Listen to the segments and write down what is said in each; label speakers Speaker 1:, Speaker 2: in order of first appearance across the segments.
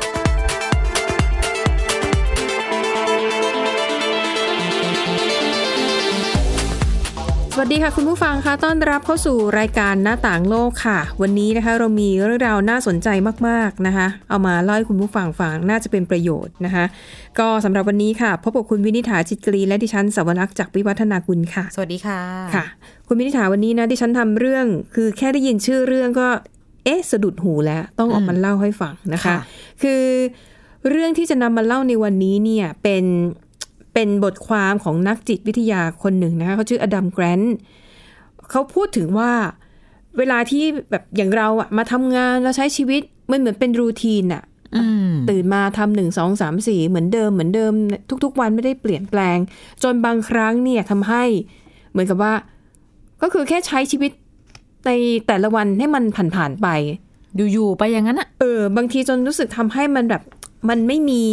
Speaker 1: สวัสดีค่ะคุณผู้ฟังคะต้อนรับเข้าสู่รายการหน้าต่างโลกค่ะ วันนี้นะคะเรามีเรื่องราวน่าสนใจมากๆนะคะ เอามาเล่าให้คุณผู้ฟังฟังน่าจะเป็นประโยชน์นะคะ ก็สำหรับวันนี้ค่ะพบกับคุณวินิษฐาจิตกรีและดิฉันสวรักษ์จากวิวัฒนากุลค่ะ
Speaker 2: สวัสดีค่ะ
Speaker 1: ค่ะ คุณวินิษฐาวันนี้นะดิฉันทำเรื่องคือแค่ได้ยินชื่อเรื่องก็ เอ๊ะสะดุดหูแล้วต้องเออกมาเล่าให้ฟังนะคะ
Speaker 2: ค่ะ
Speaker 1: คือเรื่องที่จะนำมาเล่าในวันนี้เนี่ยเป็นเป็นบทความของนักจิตวิทยาคนหนึ่งนะคะเขาชื่ออดัมแกรนท์เขาพูดถึงว่าเวลาที่แบบอย่างเราอะมาทำงานแล้วใช้ชีวิตมันเหมือนเป็นรูทีนอะ
Speaker 2: อืม
Speaker 1: ตื่นมาทำหนึ่งสองสามสี่เหมือนเดิมเหมือนเดิม ทุก ๆ วันไม่ได้เปลี่ยนแปลง จนบางครั้งเนี่ยทำให้เหมือนกับว่า ก็คือแค่ใช้ชีวิตในแต่ละวันให้มันผ่าน ๆ ไป
Speaker 2: อยู่ ๆ ไปอย่างนั้นอ่ะ
Speaker 1: เออบางทีจนรู้สึกทำให้มันแบบมันไม่มี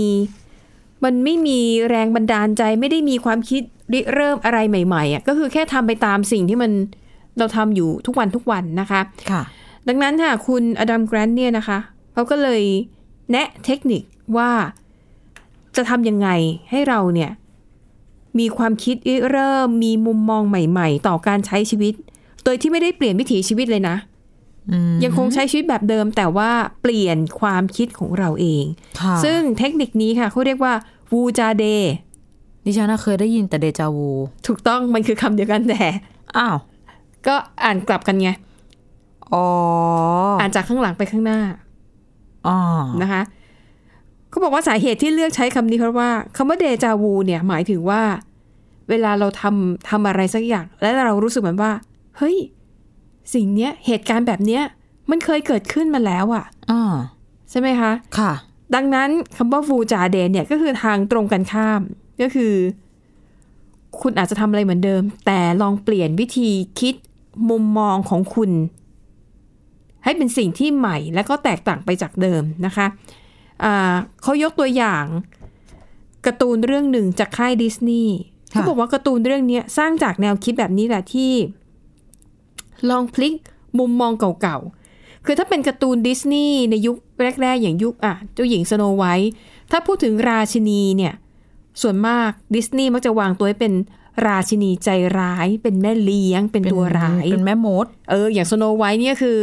Speaker 1: มันไม่มีแรงบันดาลใจ ไม่ได้มีความคิดริเริ่มอะไรใหม่ๆอ่ะก็คือแค่ทำไปตามสิ่งที่มันเราทำอยู่ทุกวันทุกวันนะคะ
Speaker 2: ค่ะ
Speaker 1: ดังนั้นค่ะคุณอดัมแกรนท์เนี่ยนะคะเขาก็เลยแนะเทคนิคว่าจะทำยังไงให้เราเนี่ยมีความคิดริเริ่มมีมุมมองใหม่ ๆ ต่อการใช้ชีวิต โดยที่ไม่ได้เปลี่ยนวิถีชีวิตเลยนะ
Speaker 2: อืม
Speaker 1: ยังคงใช้ชีวิตแบบเดิม แต่ว่าเปลี่ยนความคิดของเราเอง
Speaker 2: ค่ะ
Speaker 1: ซึ่งเทคนิคนี้ค่ะเขาเรียกว่าวูจาเด
Speaker 2: ดิฉันน่ะเคยได้ยินแต่เดจาวู
Speaker 1: ถูกต้องมันคือคำเดียวกันแต่
Speaker 2: อ้าว
Speaker 1: ก็อ่านกลับกันไง
Speaker 2: อ๋อ
Speaker 1: อ่านจากข้างหลังไปข้างหน้า
Speaker 2: อ๋อ
Speaker 1: นะคะเขาบอกว่าสาเหตุที่เลือกใช้คำนี้เพราะว่าคำว่าเดจาวูเนี่ยหมายถึงว่า เวลาเราทำทำอะไรสักอย่าง และเรารู้สึกเหมือนว่า เฮ้ย สิ่งเนี้ยเหตุการณ์แบบเนี้ย มันเคยเกิดขึ้นมาแล้วอะ
Speaker 2: อ๋อ
Speaker 1: ใช่ไหมคะ
Speaker 2: ค่ะ
Speaker 1: ดังนั้นคำว่าฟูจาเดนเนี่ยก็คือทางตรงกันข้าม ก็คือ คุณอาจจะทำอะไรเหมือนเดิม แต่ลองเปลี่ยนวิธีคิดมุมมองของคุณ ให้เป็นสิ่งที่ใหม่และก็แตกต่างไปจากเดิมนะคะอ่าเขายกตัวอย่างการ์ตูนเรื่องหนึ่งจากค่ายดิสนีย์
Speaker 2: ค่ะ
Speaker 1: เขาบอกว่าการ์ตูนเรื่องเนี้ยสร้างจากแนวคิดแบบนี้แหละที่ ลองพลิกมุมมองเก่าๆ คือถ้าเป็นการ์ตูนดิสนีย์ในยุคแรก ๆ อย่างยุคอ่ะเจ้าหญิงสโนไวท์ถ้าพูดถึงราชินีเนี่ย ส่วนมากดิสนีย์มักจะวางตัวให้เป็นราชินีใจร้าย เป็นแม่เลี้ยง เป็นตัวร้าย
Speaker 2: เป็นแม่มด
Speaker 1: เออ อย่างสโนไวท์เนี่ยคือ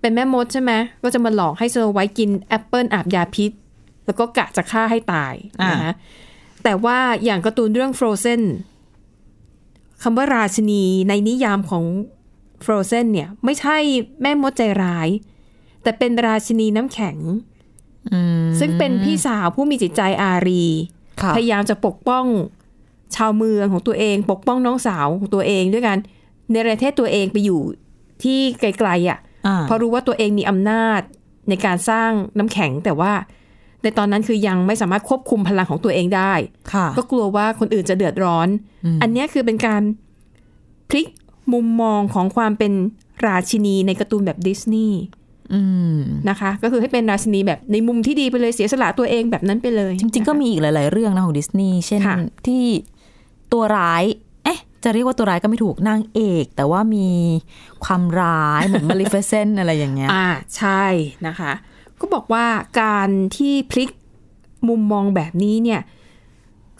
Speaker 1: เป็นแม่มดใช่ไหมก็จะมาหลอกให้สโนไวท์กินแอปเปิลอาบยาพิษ แล้วก็กะจะฆ่าให้ตาย
Speaker 2: อ่าน
Speaker 1: นะคะแต่ว่าอย่างการ์ตูนเรื่อง Frozen คำว่าราชินีในนิยามของ Frozen เนี่ย ไม่ใช่แม่มดใจร้าย แต่เป็นราชินีน้ำแข็ง
Speaker 2: อืม
Speaker 1: ซึ่งเป็นพี่สาวผู้มีจิตใจอารี
Speaker 2: ค่ะ
Speaker 1: พยายามจะปกป้องชาวเมืองของตัวเอง ปกป้องน้องสาวของตัวเองด้วยกันในประเทศตัวเองไปอยู่ที่ไกลๆอ่ะ
Speaker 2: อ่า
Speaker 1: เพราะรู้ว่าตัวเองมีอำนาจในการสร้างน้ำแข็ง แต่ว่าในตอนนั้นคือยังไม่สามารถควบคุมพลังของตัวเองได้
Speaker 2: ค่ะ
Speaker 1: ก็กลัวว่าคนอื่นจะเดือดร้อน
Speaker 2: อืม
Speaker 1: อันเนี้ยคือเป็นการพลิกมุมมองของความเป็นราชินีในการ์ตูนแบบดิสนีย์
Speaker 2: อืม
Speaker 1: นะคะ ก็คือให้เป็นราชินีแบบในมุมที่ดีไปเลยเสียสละตัวเองแบบนั้นไปเลย
Speaker 2: จริง ๆ ก็
Speaker 1: นะคะ
Speaker 2: มีอีกหลาย ๆ เรื่องนะของดิสนีย์ เช่น
Speaker 1: ค่ะ
Speaker 2: ที่ตัวร้าย เอ๊ะ จะเรียกว่าตัวร้ายก็ไม่ถูก นางเอก แต่ว่ามีความร้ าย เหมือนมาริเฟเซนอะไรอย่างเงี้ย
Speaker 1: อ่าใช่นะคะ ก็บอกว่าการที่พลิกมุมมองแบบนี้เนี่ย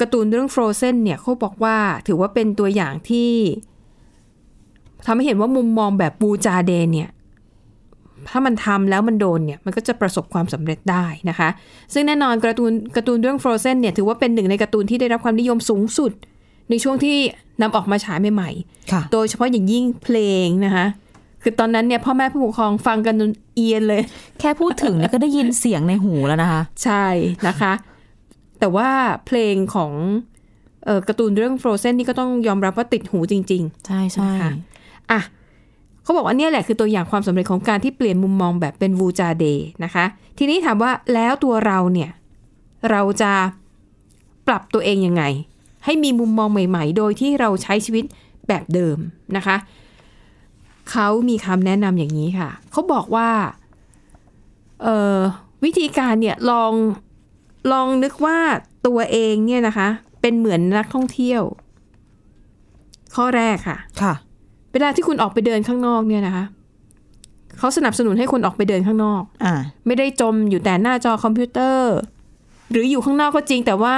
Speaker 1: การ์ตูนเรื่อง Frozen เนี่ยเขาบอกว่าถือว่าเป็นตัวอย่างที่ทำให้เห็นว่ามุมมองแบบบูจาเดนเนี่ย ถ้ามันทำแล้วมันโดนเนี่ย มันก็จะประสบความสำเร็จได้นะคะ ซึ่งแน่นอนการ์ตูนการ์ตูนเรื่อง Frozen เนี่ย ถือว่าเป็นหนึ่งในการ์ตูนที่ได้รับความนิยมสูงสุด ในช่วงที่นำออกมาฉายใหม่ๆ
Speaker 2: ค่ะ
Speaker 1: โดยเฉพาะอย่างยิ่งเพลงนะคะ คือตอนนั้นเนี่ยพ่อแม่ผู้ปกครองฟังกันจนเอียนเลย
Speaker 2: แค่พูดถึงเนี่ยก็ได้ยินเสียงในหูแล้วนะคะ
Speaker 1: ใช่นะคะ แต่ว่าเพลงของเอ่อการ์ตูนเรื่อง Frozen นี่ก็ต้องยอมรับว่าติดหูจริง
Speaker 2: ใช่ใช่
Speaker 1: นะคะ ๆ อ่ะเขาบอกว่าเนี่ยแหละคือตัวอย่างความสำเร็จของการที่เปลี่ยนมุมมองแบบเป็นวูจาเดย์นะคะ ทีนี้ถามว่าแล้วตัวเราเนี่ย เราจะปรับตัวเองยังไง ให้มีมุมมองใหม่ๆ โดยที่เราใช้ชีวิตแบบเดิมนะคะ เขามีคำแนะนำอย่างนี้ค่ะ เขาบอกว่าเอ่อวิธีการเนี่ยลองลองนึกว่าตัวเองเนี่ยนะคะ เป็นเหมือนนักท่องเที่ยว ข้อแรกค่ะ
Speaker 2: ค่ะ
Speaker 1: เวลาที่คุณออกไปเดินข้างนอกเนี่ยนะคะเขาสนับสนุนให้คนออกไปเดินข้างนอก
Speaker 2: อ่า
Speaker 1: ไม่ได้จมอยู่แต่หน้าจอคอมพิวเตอร์ หรืออยู่ข้างนอกก็จริง แต่ว่า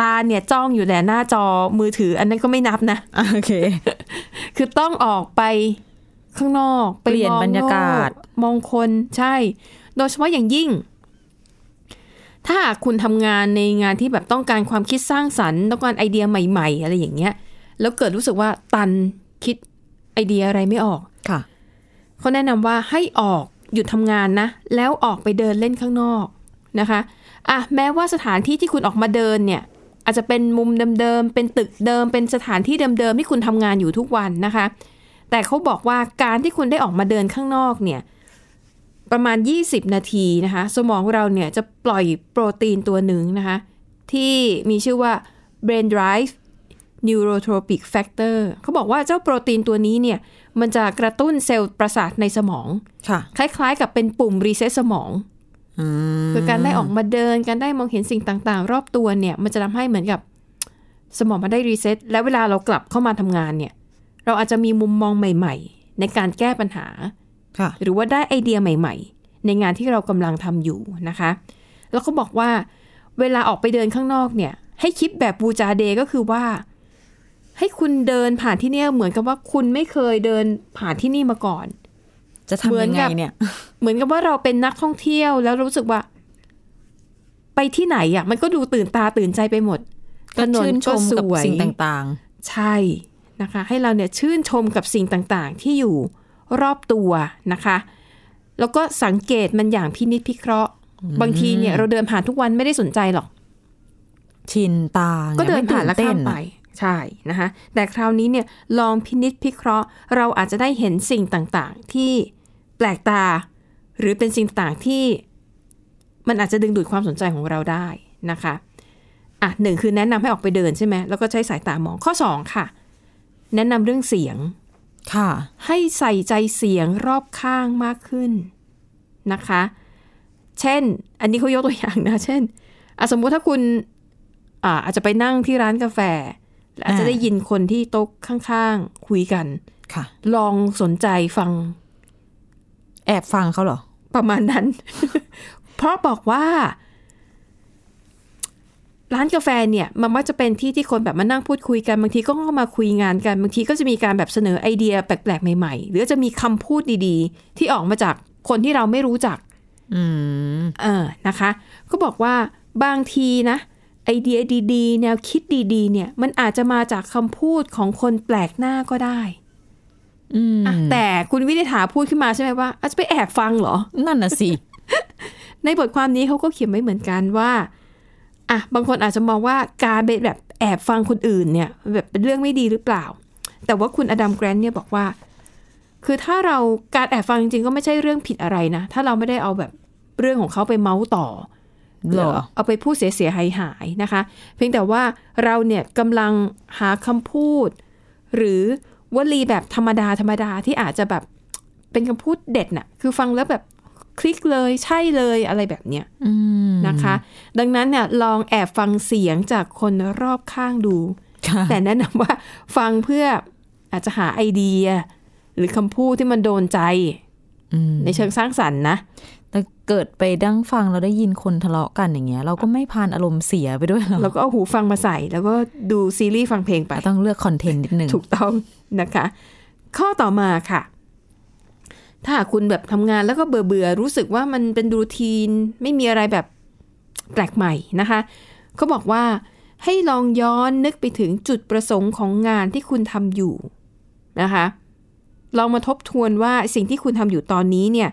Speaker 1: ตาเนี่ยจ้องอยู่แต่หน้าจอมือถือ อันนั้นก็ไม่นับนะ
Speaker 2: โอเค
Speaker 1: คือต้องออกไปข้างนอกไ
Speaker 2: เปลี่ยน
Speaker 1: มอง
Speaker 2: บรรยากาศ
Speaker 1: โลมองคนใช่ โดยเฉพาะอย่างยิ่ง ถ้าหากคุณทำงานในงานที่แบบต้องการความคิดสร้างสรรค์ต้องการไอเดียใหม่ๆ อะไรอย่างเงี้ย แล้วเกิดรู้สึกว่าตันคิดไอเดียอะไรไม่ออก
Speaker 2: ค่ะ
Speaker 1: เขาแนะนำว่าให้ออกหยุดทำงานนะ แล้วออกไปเดินเล่นข้างนอกนะคะอ่ะแม้ว่าสถานที่ที่คุณออกมาเดินเนี่ย อาจจะเป็นมุมเดิมๆเป็นตึกเดิม เป็นสถานที่เดิมๆที่คุณทำงานอยู่ทุกวันนะคะ แต่เขาบอกว่าการที่คุณได้ออกมาเดินข้างนอกเนี่ย ประมาณ 20 นาทีนะคะ สมองเราเนี่ยจะปล่อยโปรตีนตัวหนึ่งนะคะ ที่มีชื่อว่า brain drive neurotropic factor เขาบอกว่าเจ้าโปรตีนตัวนี้เนี่ย มันจะกระตุ้นเซลล์ประสาทในสมอง
Speaker 2: ค่ะ
Speaker 1: คล้ายๆกับเป็นปุ่มรีเซ็ตสมอง
Speaker 2: อืม
Speaker 1: คือการได้ออกมาเดิน การได้มองเห็นสิ่งต่างๆ รอบตัวเนี่ย มันจะทำให้เหมือนกับ สมองมันได้รีเซ็ตและเวลาเรากลับเข้ามาทำงานเนี่ย เราอาจจะมีมุมมองใหม่ๆ ในการแก้ปัญหา
Speaker 2: ค่ะ
Speaker 1: หรือว่าได้ไอเดียใหม่ๆ ในงานที่เรากำลังทำอยู่นะคะ แล้วเขาบอกว่าเวลาออกไปเดินข้างนอกเนี่ย ให้คิดแบบบูจาเดย์ก็คือว่า ให้คุณเดินผ่านที่เนี่ยเหมือนกับว่าคุณไม่เคยเดินผ่านที่นี่มาก่อน
Speaker 2: จะ
Speaker 1: เหมือ
Speaker 2: ทำ
Speaker 1: น
Speaker 2: ยังไง
Speaker 1: กับ
Speaker 2: เนี่ย
Speaker 1: เหมือนกับว่าเราเป็นนักท่องเที่ยวแล้วรู้สึกว่า ไปที่ไหนอ่ะ มันก็ดูตื่นตาตื่นใจไปหมดถ
Speaker 2: ก็
Speaker 1: นน
Speaker 2: ชื่นช
Speaker 1: ก็
Speaker 2: ม
Speaker 1: ส
Speaker 2: กับ
Speaker 1: วย
Speaker 2: สิ่งต่าง
Speaker 1: ใช่นะคะ ให้เราเนี่ยชื่นชมกับสิ่งต่างๆ ที่อยู่รอบตัวนะคะ แล้วก็สังเกตมันอย่างพินิจพิเคราะห์ บางทีเนี่ย เราเดินผ่านทุกวันไม่ได้สนใจหรอก
Speaker 2: ๆ ชินตาไง
Speaker 1: ก็เดิน
Speaker 2: ไม่
Speaker 1: ผ่าน
Speaker 2: ตื่
Speaker 1: แล้วข้าม
Speaker 2: เต้
Speaker 1: ไปใช่นะคะแต่คราวนี้เนี่ยลองพินิษพิเคราะห์ เราอาจจะได้เห็นสิ่งต่างๆ ที่แปลกตา หรือเป็นสิ่งต่างๆที่มันอาจจะดึงดูดความสนใจของเราได้นะคะอ่ะหนึ่งคือแนะนำให้ออกไปเดินใช่ไหมแล้วก็ใช้สายตามองข้อ 2 ค่ะ แนะนำเรื่องเสียง
Speaker 2: ค่ะ
Speaker 1: ให้ใส่ใจเสียงรอบข้างมากขึ้นนะคะ เช่น อันนี้เขายกตัวอย่างนะ เช่นอ่ะสมมุติถ้าคุณอ่าอาจจะไปนั่งที่ร้านกาแฟและอาจจะ
Speaker 2: อ่า
Speaker 1: ได้ยินคนที่โต๊ะข้างๆ คุยกัน
Speaker 2: ค่ะ
Speaker 1: ลองสนใจฟัง
Speaker 2: แอบฟังเขาเหรอ
Speaker 1: ประมาณนั้น เพราะบอกว่า ร้านกาแฟเนี่ยมันมักจะเป็นที่ที่คนแบบมานั่งพูดคุยกันบางทีก็มาคุยงานกันบางทีก็จะมีการแบบเสนอไอเดียแปลกๆใหม่ๆ หรือจะมีคำพูดดีๆ ที่ออกมาจากคนที่เราไม่รู้จัก
Speaker 2: อืม
Speaker 1: เออนะคะ ก็บอกว่าบางทีนะ ไอเดียดีๆ แนวคิดดีๆ เนี่ย มันอาจจะมาจากคำพูดของคนแปลกหน้าก็ได้
Speaker 2: อืม
Speaker 1: อ่ะแต่คุณวินิษฐาพูดขึ้นมาใช่ไหมว่าอาจจะไปแอบฟังเหรอ
Speaker 2: นั่นน่ะสิ
Speaker 1: ในบทความนี้เขาก็เขียนไว้เหมือนกันว่าอ่ะบางคนอาจจะมองว่าการไปแบบแอบฟังคนอื่นเนี่ยแบบเป็นเรื่องไม่ดีหรือเปล่า แต่ว่าคุณอดัมแกรนท์เนี่ยบอกว่า คือถ้าเราการแอบฟังจริงๆก็ไม่ใช่เรื่องผิดอะไรนะ ถ้าเราไม่ได้เอาแบบเรื่องของเขาไปเมาส์ต่อ
Speaker 2: เหรอ
Speaker 1: เอาไปพูดเสียเสียหายหายๆนะคะ เพียงแต่ว่าเราเนี่ยกำลังหาคำพูด หรือวลีแบบธรรมดาธรรมดาที่อาจจะแบบเป็นคำพูดเด็ดน่ะคือฟังแล้วแบบคลิกเลยใช่เลยอะไรแบบเนี้ย
Speaker 2: อืม
Speaker 1: นะคะ ดังนั้นเนี่ยลองแอบฟังเสียงจากคนรอบข้างดู
Speaker 2: ค่ะ
Speaker 1: แต่แนะนำว่าฟังเพื่ออาจจะหาไอเดีย หรือคำพูดที่มันโดนใจ
Speaker 2: อืม
Speaker 1: ในเชิงสร้างสรรค์นะ
Speaker 2: แต่เกิดไปดั้งฟังเราได้ยินคนทะเลาะกันอย่างเงี้ย เราก็ไม่พานอารมณ์เสียไปด้วยหรอ
Speaker 1: เราก็เอาหูฟังมาใส่ แล้วก็ดูซีรีส์ฟังเพลงไป
Speaker 2: เราต้องเลือกคอนเทนต์นิดนึง
Speaker 1: ถูกต้องนะคะ ข้อต่อมาค่ะ ถ้าหากคุณแบบทำงานแล้วก็เบื่อเบื่อๆรู้สึกว่ามันเป็นรูทีน ไม่มีอะไรแบบแปลกใหม่นะคะเขาบอกว่าให้ลองย้อนนึกไปถึงจุดประสงค์ของงานที่คุณทำอยู่นะคะลองมาทบทวนว่าสิ่งที่คุณทำอยู่ตอนนี้เนี่ย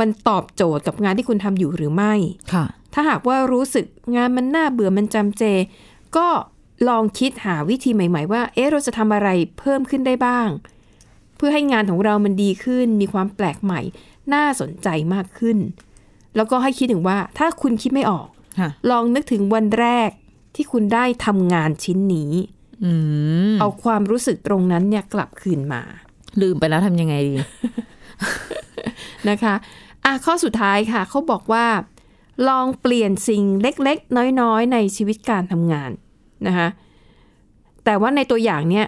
Speaker 1: มันตอบโจทย์กับงานที่คุณทำอยู่หรือไม่
Speaker 2: ค่ะ
Speaker 1: ถ้าหากว่ารู้สึกงานมันน่าเบื่อมันจำเจ ก็ลองคิดหาวิธีใหม่ ๆ ว่า เอ๊ะเราจะทำอะไรเพิ่มขึ้นได้บ้าง เพื่อให้งานของเรามันดีขึ้น มีความแปลกใหม่ น่าสนใจมากขึ้น แล้วก็ให้คิดถึงว่าถ้าคุณคิดไม่ออก
Speaker 2: ค่ะ
Speaker 1: ลองนึกถึงวันแรกที่คุณได้ทำงานชิ้นนี้
Speaker 2: อืม
Speaker 1: เอาความรู้สึกตรงนั้นเนี่ยกลับคืนมา
Speaker 2: ลืมไปแล้วทำยังไงดี
Speaker 1: นะคะอ่ะข้อสุดท้ายค่ะ เขาบอกว่า ลองเปลี่ยนสิ่งเล็กๆ น้อยๆ ในชีวิตการทำงานนะคะแต่ว่าในตัวอย่างเนี้ย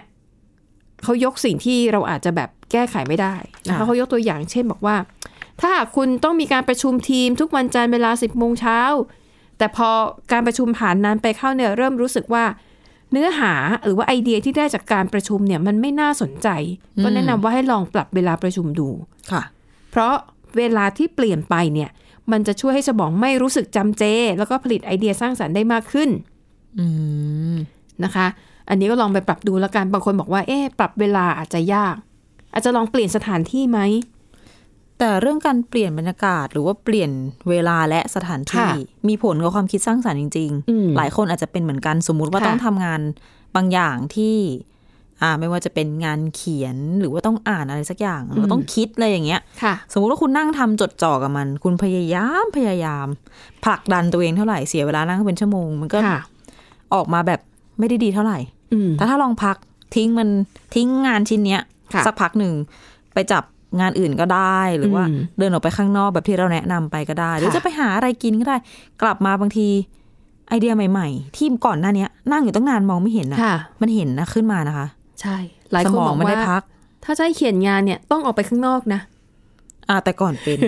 Speaker 1: เขายกสิ่งที่เราอาจจะแบบแก้ไขไม่ได้นะคะ
Speaker 2: ค่ะ
Speaker 1: เขายกตัวอย่างเช่นบอกว่า ถ้าหากคุณต้องมีการประชุมทีมทุกวันจันทร์เวลา 10บโมงเช้า แต่พอการประชุมผ่านนานไปเข้าเนี่ยเริ่มรู้สึกว่า เนื้อหาหรือว่าไอเดียที่ได้จากการประชุมเนี่ยมันไม่น่าสนใจ ก็แนะนำว่าให้ลองปรับเวลาประชุมดู
Speaker 2: ค่ะ
Speaker 1: เพราะเวลาที่เปลี่ยนไปเนี่ย มันจะช่วยให้สมองไม่รู้สึกจำเจ แล้วก็ผลิตไอเดียสร้างสรรค์ได้มากขึ้น
Speaker 2: อืม
Speaker 1: นะคะ อันนี้ก็ลองไปปรับดูแล้วกันบางคนบอกว่าเอ๊ะปรับเวลาอาจจะยาก อาจจะลองเปลี่ยนสถานที่ไหม
Speaker 2: แต่เรื่องการเปลี่ยนบรรยากาศหรือว่าเปลี่ยนเวลาและสถานที่
Speaker 1: ค่ะ
Speaker 2: มีผลกับความคิดสร้างสรรค์จริง
Speaker 1: อืม
Speaker 2: ๆ หลายคนอาจจะเป็นเหมือนกันสมมุติว่า
Speaker 1: ค่ะ
Speaker 2: ต้องทำงานบางอย่างที่อ่าไม่ว่าจะเป็นงานเขียนหรือว่าต้องอ่านอะไรสักอย่างหรือว่าต้องคิดอะไรอย่างเงี้ย
Speaker 1: ค่ะ
Speaker 2: สมมุติว่าคุณนั่งทำจดจ่อกับมัน คุณพยายามพยายามผลักดันตัวเองเท่าไหร่เสียเวลานั่งเป็นชั่วโมง มันก็
Speaker 1: ค่ะ
Speaker 2: ออกมาแบบไม่ได้ดีเท่าไหร่
Speaker 1: อืม
Speaker 2: แต่ถ้าลองพักทิ้งมันทิ้งงานชิ้นเนี้ย
Speaker 1: ค่ะ
Speaker 2: สักพักหนึ่งไปจับงานอื่นก็ได้หรือว่า
Speaker 1: อืม
Speaker 2: เดินออกไปข้างนอกแบบที่เราแนะนำไปก็ได้ หรือ
Speaker 1: ค่ะ
Speaker 2: จะไปหาอะไรกินก็ได้ กลับมาบางทีไอเดียใหม่ๆ ที่ก่อนหน้าเนี้ยนั่งอยู่ตั้งนานมองไม่เห็นนะ
Speaker 1: ค่ะ
Speaker 2: มันเห็นนะขึ้นมานะคะ
Speaker 1: ใช่ หลาย
Speaker 2: ส
Speaker 1: คน
Speaker 2: มอบ ง
Speaker 1: อก
Speaker 2: ไม่ได้
Speaker 1: ว่า
Speaker 2: พัก
Speaker 1: ถ้าจะให้เขียนงานเนี่ยต้องออกไปข้างนอกนะ
Speaker 2: อ่าแต่ก่อนเป็น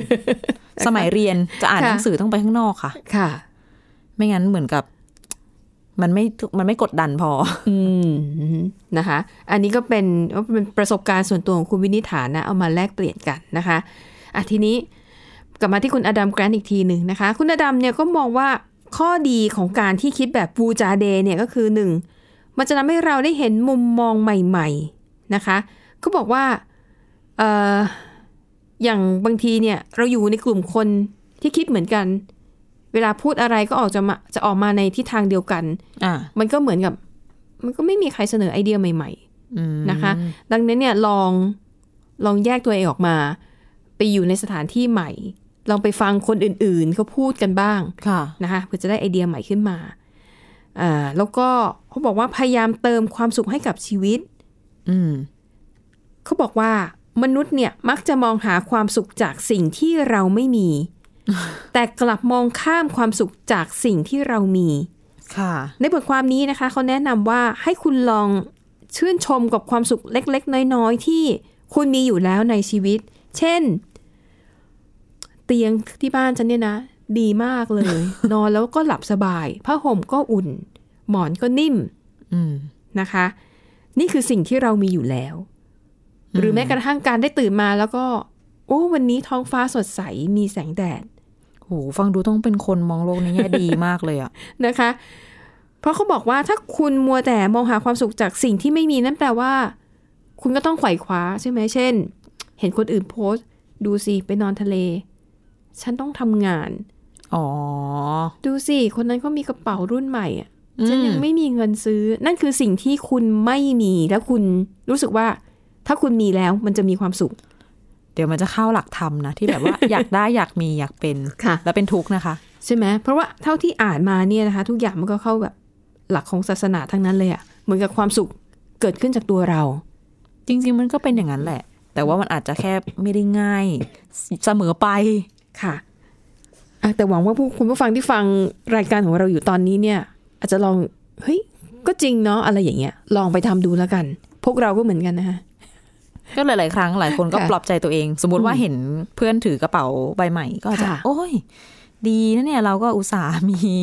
Speaker 2: สมัยเรียนจะอ่าน
Speaker 1: ค่ะ
Speaker 2: หนังสือต้องไปข้างนอกค่ะ
Speaker 1: ค่ะ
Speaker 2: ไม่งั้นเหมือนกับ มันไม่มันไม่กดดันพอ
Speaker 1: อืมนะคะ อันนี้ก็เป็นก็เป็นประสบการณ์ส่วนตัวของคุณวินิษฐานะ เอามาแลกเปลี่ยนกันนะคะอ่ะทีนี้กลับมาที่คุณอดัมแกรนท์อีกทีหนึ่งนะคะ คุณอดัมเนี่ยก็มองว่าข้อดีของการที่คิดแบบบูจาเดย์เนี่ยก็คือหนึ่งมันจะทำให้เราได้เห็นมุมมองใหม่ๆนะคะ ก็บอกว่าเอ่ออย่างบางทีเนี่ยเราอยู่ในกลุ่มคนที่คิดเหมือนกัน เวลาพูดอะไรก็ออกจะมาจะออกมาในทิศทางเดียวกัน
Speaker 2: อ่า
Speaker 1: มันก็เหมือนกับ มันก็ไม่มีใครเสนอไอเดียใหม่
Speaker 2: อืม
Speaker 1: ๆนะคะ ดังนั้นเนี่ยลองลองแยกตัวเองออกมา ไปอยู่ในสถานที่ใหม่ ลองไปฟังคนอื่นๆเขาพูดกันบ้าง
Speaker 2: ค่ะ
Speaker 1: นะคะเพื่อจะได้ไอเดียใหม่ขึ้นมาอ่าแล้วก็เขาบอกว่าพยายามเติมความสุขให้กับชีวิต
Speaker 2: อืม
Speaker 1: เขาบอกว่ามนุษย์เนี่ยมักจะมองหาความสุขจากสิ่งที่เราไม่มี แต่กลับมองข้ามความสุขจากสิ่งที่เรามี
Speaker 2: ค่ะ
Speaker 1: ในบทความนี้นะคะเขาแนะนำว่าให้คุณลองชื่นชมกับความสุขเล็ก ๆ น้อย ๆ ที่คุณมีอยู่แล้วในชีวิต เช่น เตียงที่บ้านฉันเนี่ยนะ ดีมากเลย นอนแล้วก็หลับสบายผ้าห่มก็อุ่น หมอนก็นิ่ม
Speaker 2: อืม
Speaker 1: นะคะ นี่คือสิ่งที่เรามีอยู่แล้ว หรือแม้กระทั่งการได้ตื่นมาแล้วก็ โอ้วันนี้ท้องฟ้าสดใสมีแสงแดด
Speaker 2: โหฟังดูต้องเป็นคนมองโลกในแง่ดีมากเลยอะ
Speaker 1: นะคะ เพราะเขาบอกว่าถ้าคุณมัวแต่มองหาความสุขจากสิ่งที่ไม่มีนั่นแปลว่า คุณก็ต้องไขว่คว้าใช่ไหมเช่น เห็นคนอื่นโพสต์ ดูสิไปนอนทะเล ฉันต้องทำงาน
Speaker 2: อ๋อ
Speaker 1: ดูสิคนนั้นก็มีกระเป๋ารุ่นใหม่อะ
Speaker 2: อืม
Speaker 1: ฉันยังไม่มีเงินซื้อ นั่นคือสิ่งที่คุณไม่มีแล้วคุณรู้สึกว่า ถ้าคุณมีแล้วมันจะมีความสุข
Speaker 2: เดี๋ยวมันจะเข้าหลักธรรมนะ ที่ แบบว่า อยากได้อยากมีอยากเป็น
Speaker 1: ค่ะ
Speaker 2: แล้วเป็นทุกข์นะคะ
Speaker 1: ใช่ไหมเพราะว่าเท่าที่อ่านมาเนี่ยนะคะ ทุกอย่างมันก็เข้าแบบหลักของศาสนาทั้งนั้นเลยอะเหมือนกับความสุขเกิดขึ้นจากตัวเรา
Speaker 2: จริง ๆ มันก็เป็นอย่างนั้นแหละ แต่ว่ามันอาจจะแค่ไม่ได้ง่าย เสมอไป
Speaker 1: ค่ะอ่ะ แต่หวังว่าผู้คุณผู้ฟังที่ฟังรายการของเราอยู่ตอนนี้เนี่ย อาจจะลอง เฮ้ย ก็จริงเนาะอะไรอย่างเงี้ย ลองไปทำดูแล้วกัน พวกเราก็เหมือนกันนะคะ
Speaker 2: ก็หลาย ๆ ครั้งหลายคนก็
Speaker 1: ค่ะ
Speaker 2: ปลอบใจตัวเอง สมมติว่าเห็นเพื่อนถือกระเป๋าใบใหม่ก็อาจจะ
Speaker 1: ค่ะ
Speaker 2: โอ้ย ดีนะเนี่ยเราก็อุตส่าห์มี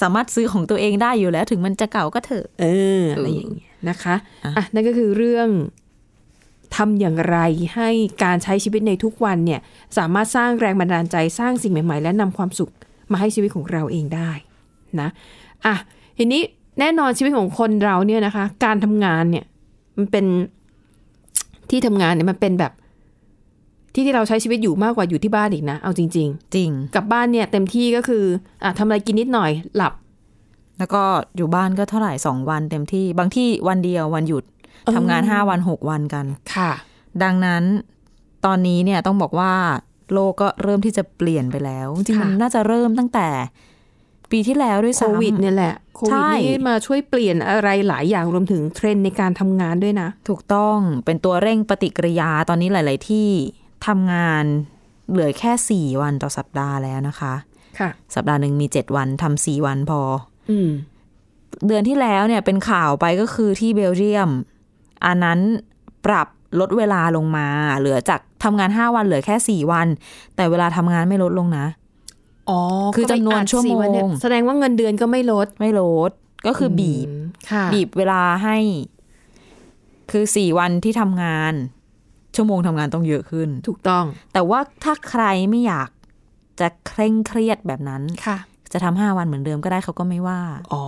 Speaker 2: สามารถซื้อของตัวเองได้อยู่แล้ว ถึงมันจะเก่าก็เถอะ
Speaker 1: เอออะไรอย่างเงี้ยนะคะ
Speaker 2: อ่ะ
Speaker 1: อ่ะนั่นก็คือเรื่องทำอย่างไรให้การใช้ชีวิตในทุกวันเนี่ย สามารถสร้างแรงบันดาลใจสร้างสิ่งใหม่ ๆ และนำความสุขมาให้ชีวิตของเราเองได้นะอ่ะทีนี้แน่นอนชีวิตของคนเราเนี่ยนะคะ การทำงานเนี่ย มันเป็นที่ทำงานเนี่ยมันเป็นแบบ ที่ที่เราใช้ชีวิตอยู่มากกว่าอยู่ที่บ้านอีกนะเอาจริง
Speaker 2: จริง
Speaker 1: ๆ กลับบ้านเนี่ยเต็มที่ก็คืออ่ะทำอะไรกินนิดหน่อยหลับ
Speaker 2: แล้วก็อยู่บ้านก็เท่าไหร่สองวันเต็มที่ บางที่วันเดียววันหยุด
Speaker 1: เออ
Speaker 2: ทำงานห้าวันหกวันกัน
Speaker 1: ค่ะ
Speaker 2: ดังนั้นตอนนี้เนี่ยต้องบอกว่าโลกก็เริ่มที่จะเปลี่ยนไปแล้ว จริงๆ
Speaker 1: ค่ะ
Speaker 2: มันน่าจะเริ่มตั้งแต่ ปีที่แล้วด้วย
Speaker 1: โค
Speaker 2: ซ้ำ
Speaker 1: วิดเนี่ยแหละโควิด
Speaker 2: ใช่
Speaker 1: นี่มาช่วยเปลี่ยนอะไรหลายอย่างรวมถึงเทรนด์ในการทำงานด้วยนะ
Speaker 2: ถูกต้องเป็นตัวเร่งปฏิกิริยาตอนนี้หลาย ๆ ที่ทำงานเหลือแค่ 4 วันต่อสัปดาห์แล้วนะคะ
Speaker 1: ค่ะ
Speaker 2: สัปดาห์หนึ่งมี 7 วันทำ4วันพอ
Speaker 1: อืม
Speaker 2: เดือนที่แล้วเนี่ยเป็นข่าวไปก็คือที่เบลเยียม อันนั้น ปรับลดเวลาลงมา เหลือจากทำงาน 5 วันเหลือแค่ 4 วัน แต่เวลาทำงานไม่ลดลงนะ
Speaker 1: อ๋อ
Speaker 2: คือ
Speaker 1: ก็ไป
Speaker 2: จำนวน
Speaker 1: ด
Speaker 2: ชั่วโมง
Speaker 1: สี่นเนี่ยแสดงว่าเงินเดือนก็ไม่ลด
Speaker 2: ไม่ลดก็คือบีบ
Speaker 1: มค่ะ
Speaker 2: บีบเวลาให้ คือ 4 วันที่ทำงาน ชั่วโมงทำงานต้องเยอะขึ้น
Speaker 1: ถูกต้อง
Speaker 2: แต่ว่าถ้าใครไม่อยากจะเคร่งเครียดแบบนั้น
Speaker 1: ค่ะ
Speaker 2: จะทำห้าวันเหมือนเดิมก็ได้เขาก็ไม่ว่า
Speaker 1: อ๋อ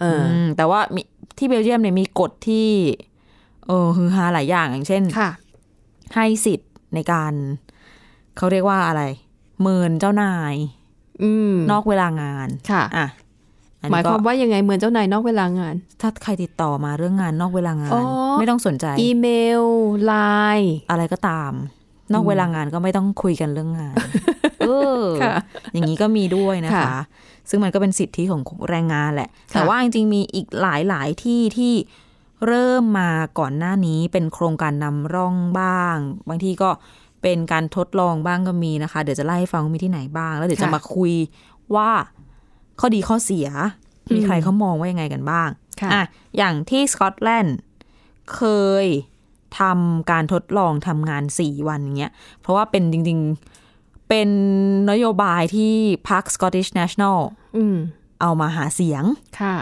Speaker 1: เอออ
Speaker 2: มแต่ว่ามีที่เบลเยียมเนี่ยมีกฎที่เออฮือฮาหลายอย่างอย่างเช่น
Speaker 1: ค่ะ
Speaker 2: ให้สิทธิ์ในการ เขาเรียกว่าอะไรเมินเจ้านาย
Speaker 1: อืม
Speaker 2: นอกเวลางาน
Speaker 1: ค่ะ
Speaker 2: อ่ะอัน
Speaker 1: หมายค
Speaker 2: นี้ก็
Speaker 1: วามว่ายังไงเหมือนเจ้านายนอกเวลางาน
Speaker 2: ถ้าใครติดต่อมาเรื่องงานนอกเวลางาน
Speaker 1: อ๋อ
Speaker 2: ไม่ต้องสนใจ
Speaker 1: อีเมลไลน์
Speaker 2: อะไรก็ตาม นอกเวลางานก็ไม่ต้องคุยกันเรื่องงาน เออ
Speaker 1: ค่ะ
Speaker 2: อย่างนี้ก็มีด้วยนะคะ
Speaker 1: ค่ะ
Speaker 2: ซึ่งมันก็เป็นสิทธิของแรงงานแหละ แต่ว่าจริงๆมีอีกหลายหลายที่ที่เริ่มมาก่อนหน้านี้เป็นโครงการนำร่องบ้าง บางที่ก็เป็นการทดลองบ้างก็มีนะคะ เดี๋ยวจะไล่ให้ฟังว่ามีที่ไหนบ้าง แล้วเดี๋ยวจะ
Speaker 1: ค่ะ
Speaker 2: มาคุยว่าข้อดีข้อเสีย มีใครเขามองว่ายังไงกันบ้าง
Speaker 1: ค่ะ
Speaker 2: อ่ะอย่างที่สกอตแลนด์เคยทำการทดลองทำงาน 4 วันเงี้ย เพราะว่าเป็นจริงๆ เป็นนโยบายที่พรรค Scottish National
Speaker 1: อืม
Speaker 2: เอามาหาเสียง
Speaker 1: ค่ะ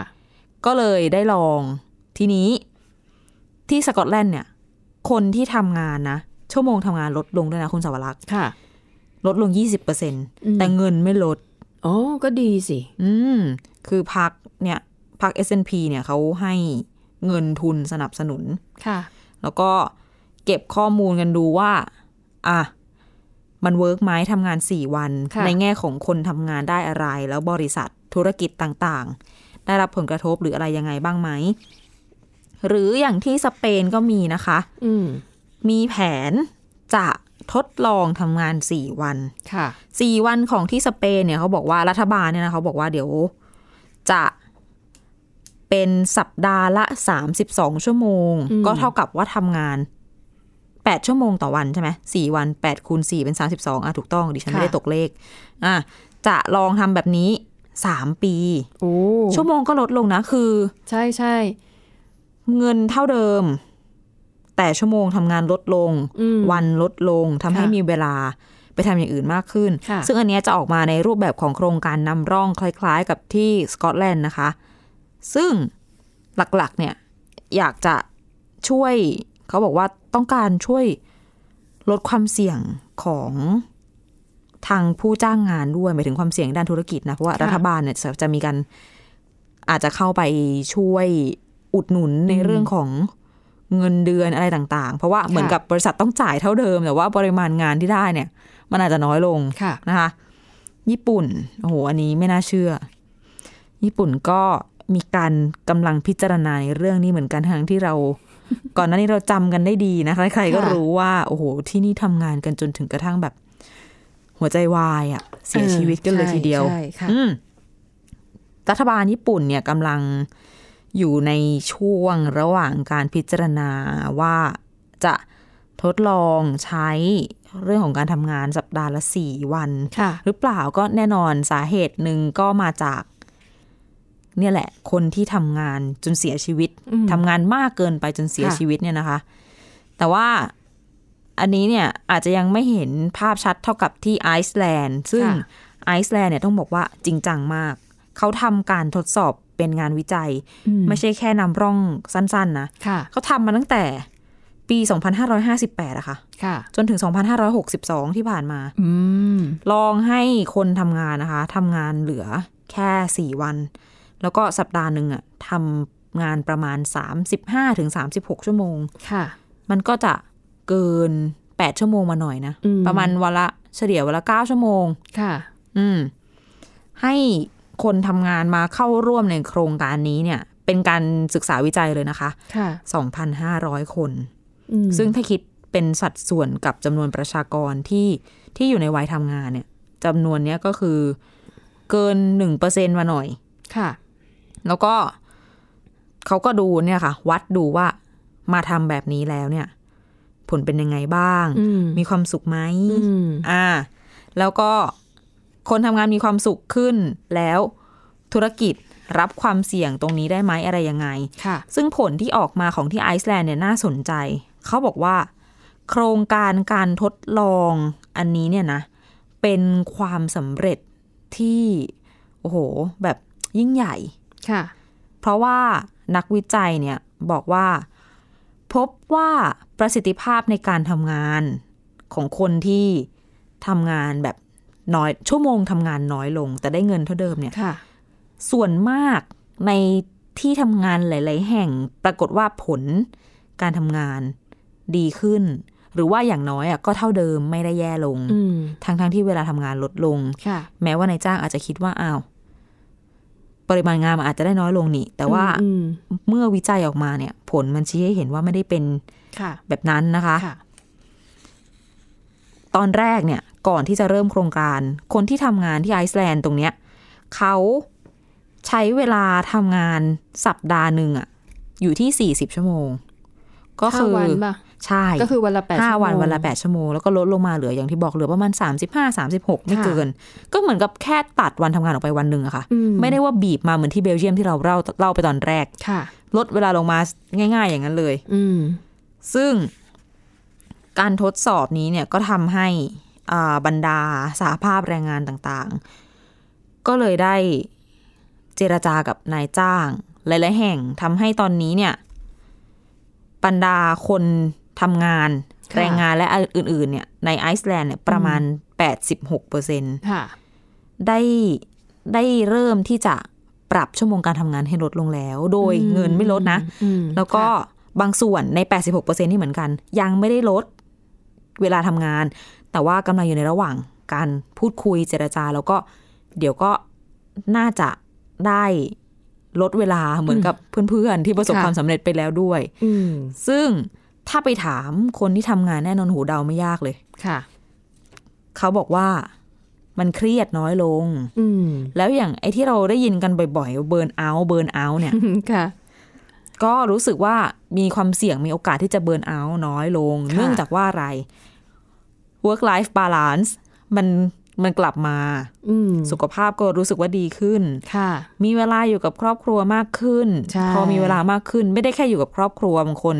Speaker 2: ก็เลยได้ลองทีนี้ที่สกอตแลนด์เนี่ย คนที่ทำงานนะ ชั่วโมงทำงานลดลงด้วยนะคุณสวรักษ์
Speaker 1: ค่ะ
Speaker 2: ลดลง 20%แต่เงินไม่ลด
Speaker 1: อ๋อ ก็ดีสิ
Speaker 2: อืม คือพักเนี่ยพัก S&P เนี่ยเขาให้เงินทุนสนับสนุน
Speaker 1: ค่ะ
Speaker 2: แล้วก็เก็บข้อมูลกันดูว่า อ่ะ มันเวิร์กไหมทำงาน 4 วัน
Speaker 1: ค่ะ
Speaker 2: ในแง่ของคนทำงานได้อะไร แล้วบริษัทธุรกิจต่างๆ ได้รับผลกระทบหรืออะไรยังไงบ้างไหม หรืออย่างที่สเปนก็มีนะคะ
Speaker 1: อืม
Speaker 2: มีแผนจะทดลองทำงาน 4 วัน
Speaker 1: ค่ะ
Speaker 2: สี่วันของที่สเปนเนี่ยเขาบอกว่ารัฐบาลเนี่ยนะเขาบอกว่าเดี๋ยวจะเป็นสัปดาห์ละ 32 ชั่วโมง
Speaker 1: อืม
Speaker 2: ก็เท่ากับว่าทำงาน 8 ชั่วโมงต่อวันใช่ไหมสี่วัน8คูณ4เป็น 32อ่ะถูกต้องดิฉันไม่ได้ตกเลขอ่ะจะลองทำแบบนี้ 3 ปี
Speaker 1: โอ้
Speaker 2: ชั่วโมงก็ลดลงนะ คือ
Speaker 1: ใช่ใช่
Speaker 2: เงินเท่าเดิม แต่ชั่วโมงทำงานลดลง
Speaker 1: อืม
Speaker 2: วันลดลงทำให้
Speaker 1: ค่ะ
Speaker 2: มีเวลาไปทำอย่างอื่นมากขึ้น
Speaker 1: ค่ะ
Speaker 2: ซึ่งอันเนี้ยจะออกมาในรูปแบบของโครงการนำร่องคล้ายๆกับที่สกอตแลนด์นะคะ ซึ่งหลักๆเนี่ยอยากจะช่วยเขาบอกว่าต้องการช่วยลดความเสี่ยงของทางผู้จ้างงานด้วยหมายถึงความเสี่ยงด้านธุรกิจนะเพราะว่ารัฐบาลเนี่ยจะจะมีการอาจจะเข้าไปช่วยอุดหนุนในเรื่องของเงินเดือนอะไรต่าง ๆ เพราะว่าเหมือนกับบริษัทต้องจ่ายเท่าเดิม แต่ว่าปริมาณงานที่ได้เนี่ย มันอาจจะน้อยลง
Speaker 1: ค่ะ
Speaker 2: นะคะญี่ปุ่นโอ้โหอันนี้ไม่น่าเชื่อ ญี่ปุ่นก็มีการกำลังพิจารณาในเรื่องนี้เหมือนกันทั้งที่เรา ก่อนหน้านี้เราจำกันได้ดีนะใครๆก็
Speaker 1: ค่ะ
Speaker 2: รู้ว่า โอ้โห ที่นี่ทำงานกันจนถึงกระทั่งแบบ หัวใจวายอะเสียชีวิตกันเลยทีเดียว
Speaker 1: ใช่ใช่ค่ะ
Speaker 2: อืมรัฐบาลญี่ปุ่นเนี่ยกำลังอยู่ในช่วงระหว่างการพิจารณาว่าจะทดลองใช้เรื่องของการทำงานสัปดาห์ละสี่วัน
Speaker 1: ค่ะ
Speaker 2: หรือเปล่าก็แน่นอนสาเหตุหนึ่งก็มาจาก เนี่ยแหละ คนที่ทำงานจนเสียชีวิต
Speaker 1: อืม
Speaker 2: ทำงานมากเกินไปจนเสีย
Speaker 1: ค่ะ
Speaker 2: ชีวิตเนี่ยนะคะ แต่ว่าอันนี้เนี่ยอาจจะยังไม่เห็นภาพชัดเท่ากับที่ไอซ์แลนด์ ซึ่ง
Speaker 1: ค่ะ
Speaker 2: ไอซ์แลนด์เนี่ยต้องบอกว่าจริงจังมาก เขาทำการทดสอบเป็นงานวิจัย
Speaker 1: อืม
Speaker 2: ไม่ใช่แค่นำร่องสั้นๆนะ
Speaker 1: ค่ะ
Speaker 2: เขาทำมาตั้งแต่ปี 2558อะค่ะ
Speaker 1: ค่ะ
Speaker 2: จนถึง 2562 ที่ผ่านมา
Speaker 1: อืม
Speaker 2: ลองให้คนทำงานนะคะทำงานเหลือแค่สี่วัน แล้วก็สัปดาห์หนึ่งอะทำงานประมาณ 35-36ถึง36 ชั่วโมง
Speaker 1: ค่ะ
Speaker 2: มันก็จะเกิน 8 ชั่วโมงมาหน่อยนะ
Speaker 1: อืม
Speaker 2: ประมาณวันละเฉลี่ยวันละ 9 ชั่วโมง
Speaker 1: ค่ะ
Speaker 2: อืม ให้คนทำงานมาเข้าร่วมในโครงการนี้เนี่ย เป็นการศึกษาวิจัยเลยนะคะ
Speaker 1: ค่ะ
Speaker 2: 2,500 คน
Speaker 1: อืม
Speaker 2: ซึ่งถ้าคิดเป็นสัดส่วนกับจำนวนประชากรที่ที่อยู่ในวัยทำงานเนี่ยจำนวนเนี้ยก็คือเกินหนึ่งเปอร์เซ็นมาหน่อย
Speaker 1: ค่ะ
Speaker 2: แล้วก็เขาก็ดูเนี่ยค่ะ วัดดูว่ามาทำแบบนี้แล้วเนี่ย ผลเป็นยังไงบ้าง
Speaker 1: อืม
Speaker 2: มีความสุขไหม
Speaker 1: อืม
Speaker 2: อ่า แล้วก็คนทำงานมีความสุขขึ้น แล้วธุรกิจรับความเสี่ยงตรงนี้ได้ไหมอะไรยังไง
Speaker 1: ค่ะ
Speaker 2: ซึ่งผลที่ออกมาของที่ไอซ์แลนด์เนี่ยน่าสนใจ เขาบอกว่า โครงการการทดลองอันนี้เนี่ยนะ เป็นความสำเร็จที่ โอ้โห แบบยิ่งใหญ่
Speaker 1: ค่ะ
Speaker 2: เพราะว่านักวิจัยเนี่ยบอกว่า พบว่าประสิทธิภาพในการทำงานของคนที่ทำงานแบบน้อยชั่วโมงทำงานน้อยลง แต่ได้เงินเท่าเดิมเนี่ย
Speaker 1: ค่ะ
Speaker 2: ส่วนมากในที่ทำงานหลาย ๆ แห่งปรากฏว่าผลการทำงานดีขึ้น หรือว่าอย่างน้อยอะก็เท่าเดิมไม่ได้แย่ลง
Speaker 1: อืม
Speaker 2: ทั้ง ๆ ที่เวลาทำงานลดลง
Speaker 1: ค่ะ
Speaker 2: แม้ว่านายจ้างอาจจะคิดว่าอ้าวปริมาณงานมันอาจจะได้น้อยลงนี่ แต่ว่า
Speaker 1: อืม
Speaker 2: เมื่อวิจัยออกมาเนี่ย ผลมันชี้ให้เห็นว่าไม่ได้เป็น
Speaker 1: ค่ะ
Speaker 2: แบบนั้นนะคะ
Speaker 1: ค่ะ
Speaker 2: ตอนแรกเนี่ยก่อนที่จะเริ่มโครงการ คนที่ทำงานที่ไอซ์แลนด์ตรงเนี้ยเขาใช้เวลาทำงานสัปดาห์หนึ่งอะอยู่ที่ 40 ชั่วโมง ก็
Speaker 1: ห้า
Speaker 2: คือ
Speaker 1: วันป่ะ
Speaker 2: ใช่
Speaker 1: ก็คือวันละแปด
Speaker 2: ห้า
Speaker 1: ชั่โมง
Speaker 2: วันวันละ 8 ชั่วโมง แล้วก็ลดลงมาเหลืออย่างที่บอกเหลือประมาณ 35 36 ไม่
Speaker 1: ค่ะ
Speaker 2: เกิน ก็เหมือนกับแค่ตัดวันทำงานออกไปวันหนึ่งอะค่ะ
Speaker 1: อื
Speaker 2: ไม่ได้ว่าบีบมาเหมือนที่เบลเยียมที่เราเล่าเล่าไปตอนแรก
Speaker 1: ค่ะ
Speaker 2: ลดเวลาลงมาง่าย ๆ อย่างนั้นเลย
Speaker 1: อืม
Speaker 2: ซึ่งการทดสอบนี้เนี่ยก็ทำให้อ่าบรรดาสาภาพแรงงานต่างๆ ก็เลยได้เจรจากับนายจ้าง หลายๆแห่งทำให้ตอนนี้เนี่ยบรรดาคนทำงาน
Speaker 1: ค่ะ
Speaker 2: แรงงานและอื่นๆเนี่ยในไอซ์แลนด์เนี่ยประมาณ 86เปอร์เซ็นต
Speaker 1: ค่ะ
Speaker 2: ได้ได้เริ่มที่จะปรับชั่วโมงการทำงานให้ลดลงแล้ว โดย
Speaker 1: อืม
Speaker 2: เงินไม่ลดนะ
Speaker 1: อืม
Speaker 2: แล้วก็
Speaker 1: ค่ะ
Speaker 2: บางส่วนใน 86%ที่เหมือนกัน ยังไม่ได้ลดเวลาทำงาน แต่ว่ากำลังอยู่ในระหว่างการพูดคุยเจรจา แล้วก็เดี๋ยวก็น่าจะได้ลดเวลาเหมือนกับเพื่อนๆ ที่ประสบความสำเร็จไปแล้วด้วย
Speaker 1: อืม
Speaker 2: ซึ่งถ้าไปถามคนที่ทำงานแน่นอนหูเดาไม่ยากเลย
Speaker 1: ค่ะ
Speaker 2: เขาบอกว่ามันเครียดน้อยลง
Speaker 1: อืม
Speaker 2: แล้วอย่างไอ้ที่เราได้ยินกันบ่อยๆเบิร์นเอาเบิร์นเอาเนี่ย
Speaker 1: ค่ะ
Speaker 2: ก็รู้สึกว่ามีความเสี่ยงมีโอกาสที่จะเบิร์นเอาน้อยลง
Speaker 1: ค่ะ
Speaker 2: เนื่องจากว่าอะไร work life balance มันมันกลับมา
Speaker 1: อืม
Speaker 2: สุขภาพก็รู้สึกว่าดีขึ้น
Speaker 1: ค่ะ
Speaker 2: มีเวลาอยู่กับครอบครัวมากขึ้น
Speaker 1: ใช่
Speaker 2: พอมีเวลามากขึ้น ไม่ได้แค่อยู่กับครอบครัวบางคน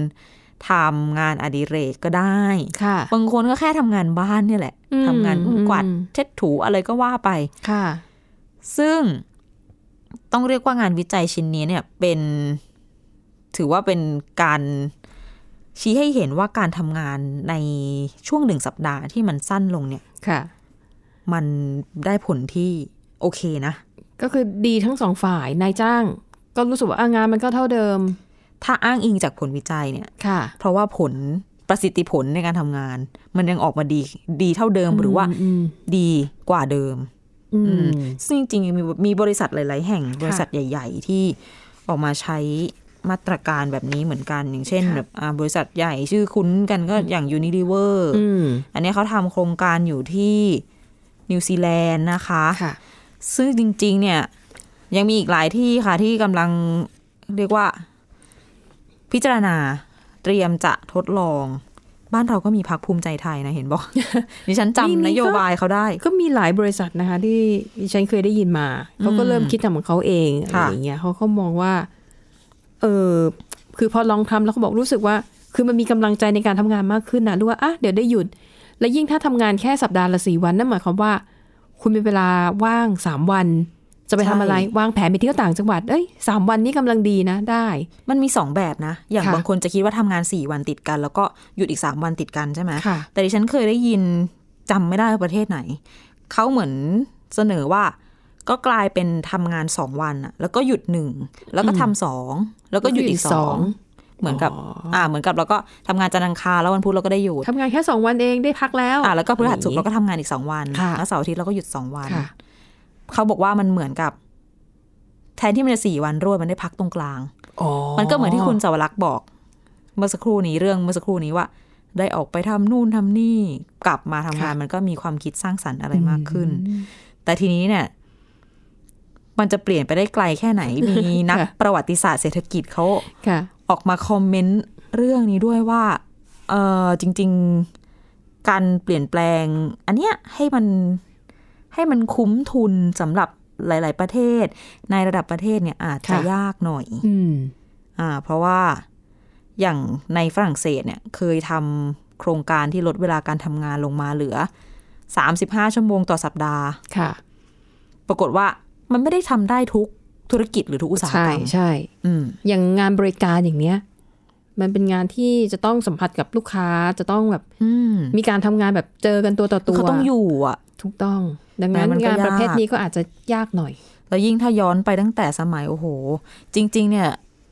Speaker 2: ทำงานอดิเรกก็ได้
Speaker 1: ค่ะ
Speaker 2: บางคนก็แค่ทำงานบ้านเนี่ยแหละ
Speaker 1: อืม
Speaker 2: ทำงานกวาด
Speaker 1: อืม
Speaker 2: เช็ดถูอะไรก็ว่าไป
Speaker 1: ค่ะ
Speaker 2: ซึ่งต้องเรียกว่างานวิจัยชิ้นนี้เนี่ยเป็นถือว่าเป็นการชี้ให้เห็นว่าการทำงานในช่วงหนึ่งสัปดาห์ที่มันสั้นลงเนี่ย
Speaker 1: ค่ะ
Speaker 2: มันได้ผลที่โอเคนะ
Speaker 1: ก็คือดีทั้งสองฝ่ายนายจ้าง ก็รู้สึกว่าอ่ะงานมันก็เท่าเดิม
Speaker 2: ถ้าอ้างอิงจากผลวิจัยเนี่ย
Speaker 1: ค่ะ
Speaker 2: เพราะว่าผลประสิทธิผลในการทำงาน มันยังออกมาดีดีเท่าเดิมหรือว่า
Speaker 1: อืม
Speaker 2: ดีกว่าเดิม
Speaker 1: อืม
Speaker 2: อืมซึ่งจริงๆมีมีบริษัทหลาย ๆ แห่งบริษัทใหญ่ ๆ ที่ออกมาใช้มาตรการแบบนี้เหมือนกัน อย่างเช่น
Speaker 1: ค่ะ
Speaker 2: แบบอ่าบริษัทใหญ่ชื่อคุ้นกันก็อย่าง Unilever
Speaker 1: อืม
Speaker 2: อันเนี้ยเขาทำโครงการอยู่ที่นิวซีแลนด์นะคะ
Speaker 1: ค่ะ
Speaker 2: ซึ่งจริง ๆ เนี่ย ยังมีอีกหลายที่ค่ะที่กำลังเรียกว่า พิจารณาเตรียมจะทดลอง บ้านเราก็มีพักภูมิใจไทยนะเห็นบอก ดิฉัน
Speaker 1: นี่
Speaker 2: จำ
Speaker 1: นี่ก็
Speaker 2: นโยบายเขาได้
Speaker 1: ก็มีหลายบริษัทนะคะ ที่ดิฉันเคยได้ยินมาเขาก็เริ่มคิดทำของเขาเองอะไร
Speaker 2: ค่ะ
Speaker 1: อย่างเงี้ยเขาก็มองว่า เออคือพอลองทำแล้วเขาบอกรู้สึกว่า คือมันมีกำลังใจในการทำงานมากขึ้นนะรู้ว่าอ่ะเดี๋ยวได้หยุด และยิ่งถ้าทำงานแค่สัปดาห์ละสี่วันนั่นหมายความว่า คุณมีเวลาว่างสามวัน จะไปทำอะไรวางแผนไปเที่ยวต่างจังหวัดเอ้ยสามวันนี้กำลังดีนะได้
Speaker 2: มันมีสองแบบนะ อย่าง
Speaker 1: ค่ะ
Speaker 2: บางคนจะคิดว่าทำงาน 4 วันติดกัน แล้วก็หยุดอีก 3 วันติดกันใช่ไหม
Speaker 1: ค่ะ
Speaker 2: แต่ดิฉันเคยได้ยินจำไม่ได้ว่าประเทศไหน เขาเหมือนเสนอว่า ก็กลายเป็นทำงาน 2 วันอะแล้วก็หยุดหนึ่ง แล้วก็ทำสองแล้วก็หยุดอีกสองเหมือนกับ อ่า เหมือนกับเราก็ทำงานจันทร์อังคารแล้ววันพุธเราก็ได้หยุด
Speaker 1: ทำงานแค่สองวันเองได้พักแล้ว
Speaker 2: อ่าแล้วก็พฤหัสศุกร์เราก็ทำงานอีกสองวัน
Speaker 1: ค่ะ
Speaker 2: แล้วเสาร์อาทิตย์เราก็หยุดสองวัน
Speaker 1: ค่ะ
Speaker 2: เขาบอกว่ามันเหมือนกับ แทนที่มันจะสี่วันรวดมันได้พักตรงกลาง
Speaker 1: อ๋อ
Speaker 2: มันก็เหมือนที่คุณสาวรักษ์บอก เมื่อสักครู่นี้เรื่องเมื่อสักครู่นี้ว่า ได้ออกไปทำนู่นทำนี่กลับมาทำงาน
Speaker 1: ค่ะ
Speaker 2: มันก็มีความคิดสร้างสรรค์อะไรมากขึ้น แต่ทีนี้เนี่ย มันจะเปลี่ยนไปได้ไกลแค่ ไหน มีนักประวัติศาสตร์เศรษฐกิจเขา
Speaker 1: ค่ะ
Speaker 2: ออกมาคอมเมนต์เรื่องนี้ด้วยว่าเออจริง ๆ การเปลี่ยนแปลง อันเนี้ยให้มันให้มันคุ้มทุนสำหรับหลาย ๆ ประเทศ ในระดับประเทศเนี่ยอาจจะ
Speaker 1: ค่ะ
Speaker 2: ยากหน่อย
Speaker 1: อืม
Speaker 2: อ่าเพราะว่า อย่างในฝรั่งเศสเนี่ยเคยทำโครงการที่ลดเวลาการทำงานลงมาเหลือ 35 ชั่วโมงต่อสัปดาห์
Speaker 1: ค่ะ
Speaker 2: ปรากฏว่ามันไม่ได้ทำได้ทุกธุรกิจหรือทุกอุตสาห
Speaker 1: ใช่
Speaker 2: กรรม
Speaker 1: ใช่
Speaker 2: อืม
Speaker 1: อย่างงานบริการอย่างเนี้ย มันเป็นงานที่จะต้องสัมผัสกับลูกค้าจะต้องแบบ
Speaker 2: อืม
Speaker 1: มีการทำงานแบบเจอกันตัวต่อตัว
Speaker 2: เขาต้องอยู่อ่ะ
Speaker 1: ถูกต้อง ดังนั้น
Speaker 2: แต่มันก็
Speaker 1: งานประเภท
Speaker 2: ยาก
Speaker 1: นี้ก็อาจจะยากหน่อย
Speaker 2: แล้วยิ่งถ้าย้อนไปตั้งแต่สมัยโอ้โห จริง ๆ เนี่ย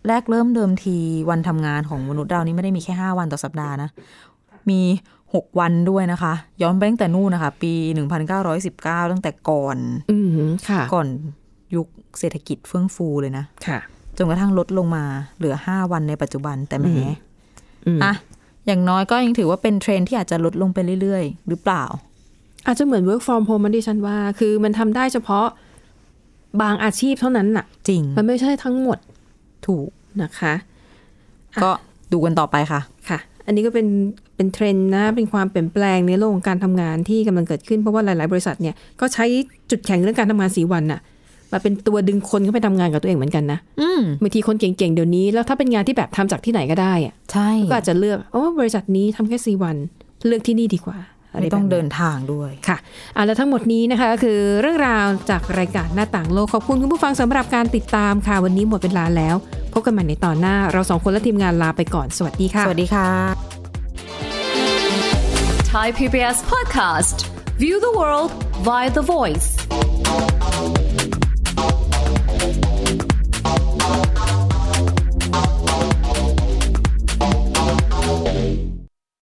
Speaker 2: แรกเริ่มเดิมทีวันทำงานของมนุษย์เรานี่ไม่ได้มีแค่ 5 วันต่อสัปดาห์นะ มี 6 วันด้วยนะคะ ย้อนไปตั้งแต่นู่นนะคะ ปี 1919 ตั้งแต่ก่อน
Speaker 1: อืมค่ะ
Speaker 2: ก่อนยุคเศรษฐกิจเฟื่องฟูเลยนะ
Speaker 1: ค่ะ
Speaker 2: จนกระทั่งลดลงมาเหลือ 5 วันในปัจจุบันแต่แหม
Speaker 1: อืม อืม
Speaker 2: อ่ะอย่างน้อยก็ยังถือว่าเป็นเทรนด์ที่อาจจะลดลงไปเรื่อยๆ หรือเปล่า
Speaker 1: อาจจะเหมือน work from home มันดิฉันว่า คือมันทำได้เฉพาะบางอาชีพเท่านั้นน่ะ
Speaker 2: จริง
Speaker 1: มันไม่ใช่ทั้งหมด
Speaker 2: ถูก
Speaker 1: นะคะ
Speaker 2: ก็ดูกันต่อไปค่ะ
Speaker 1: ค่ะ อันนี้ก็เป็นเป็นเทรนด์นะ เป็นความเปลี่ยนแปลงในโลกของการทำงานที่กำลังเกิดขึ้น เพราะว่าหลาย ๆ บริษัทเนี่ยก็ใช้จุดแข็งเรื่องการทำงานสีวันน่ะ มาเป็นตัวดึงคนเข้าไปทำงานกับตัวเองเหมือนกันนะ
Speaker 2: อืม
Speaker 1: บางทีคนเก่ง ๆ เดี๋ยวนี้ แล้วถ้าเป็นงานที่แบบทำจากที่ไหนก็ได้อะ
Speaker 2: ใช่
Speaker 1: ก็อาจจะเลือกโอ้บริษัทนี้ทำแค่สีวัน เลือกที่นี่ดีกว่าะร
Speaker 2: ไม่ต้อง
Speaker 1: แบบ
Speaker 2: เดินทางด้วย
Speaker 1: ค่ะเอาละทั้งหมดนี้นะคะก็คือเรื่องราวจากรายการหน้าต่างโลก ขอบคุณคุณผู้ฟังสำหรับการติดตามค่ะ วันนี้หมดเวลาแล้ว พบกันใหม่ในตอนหน้า เราสองคนและทีมงานลาไปก่อน สวัสดีค่ะ
Speaker 2: สวัสดีค่ะ
Speaker 3: Thai PBS podcast. View the world via the voice.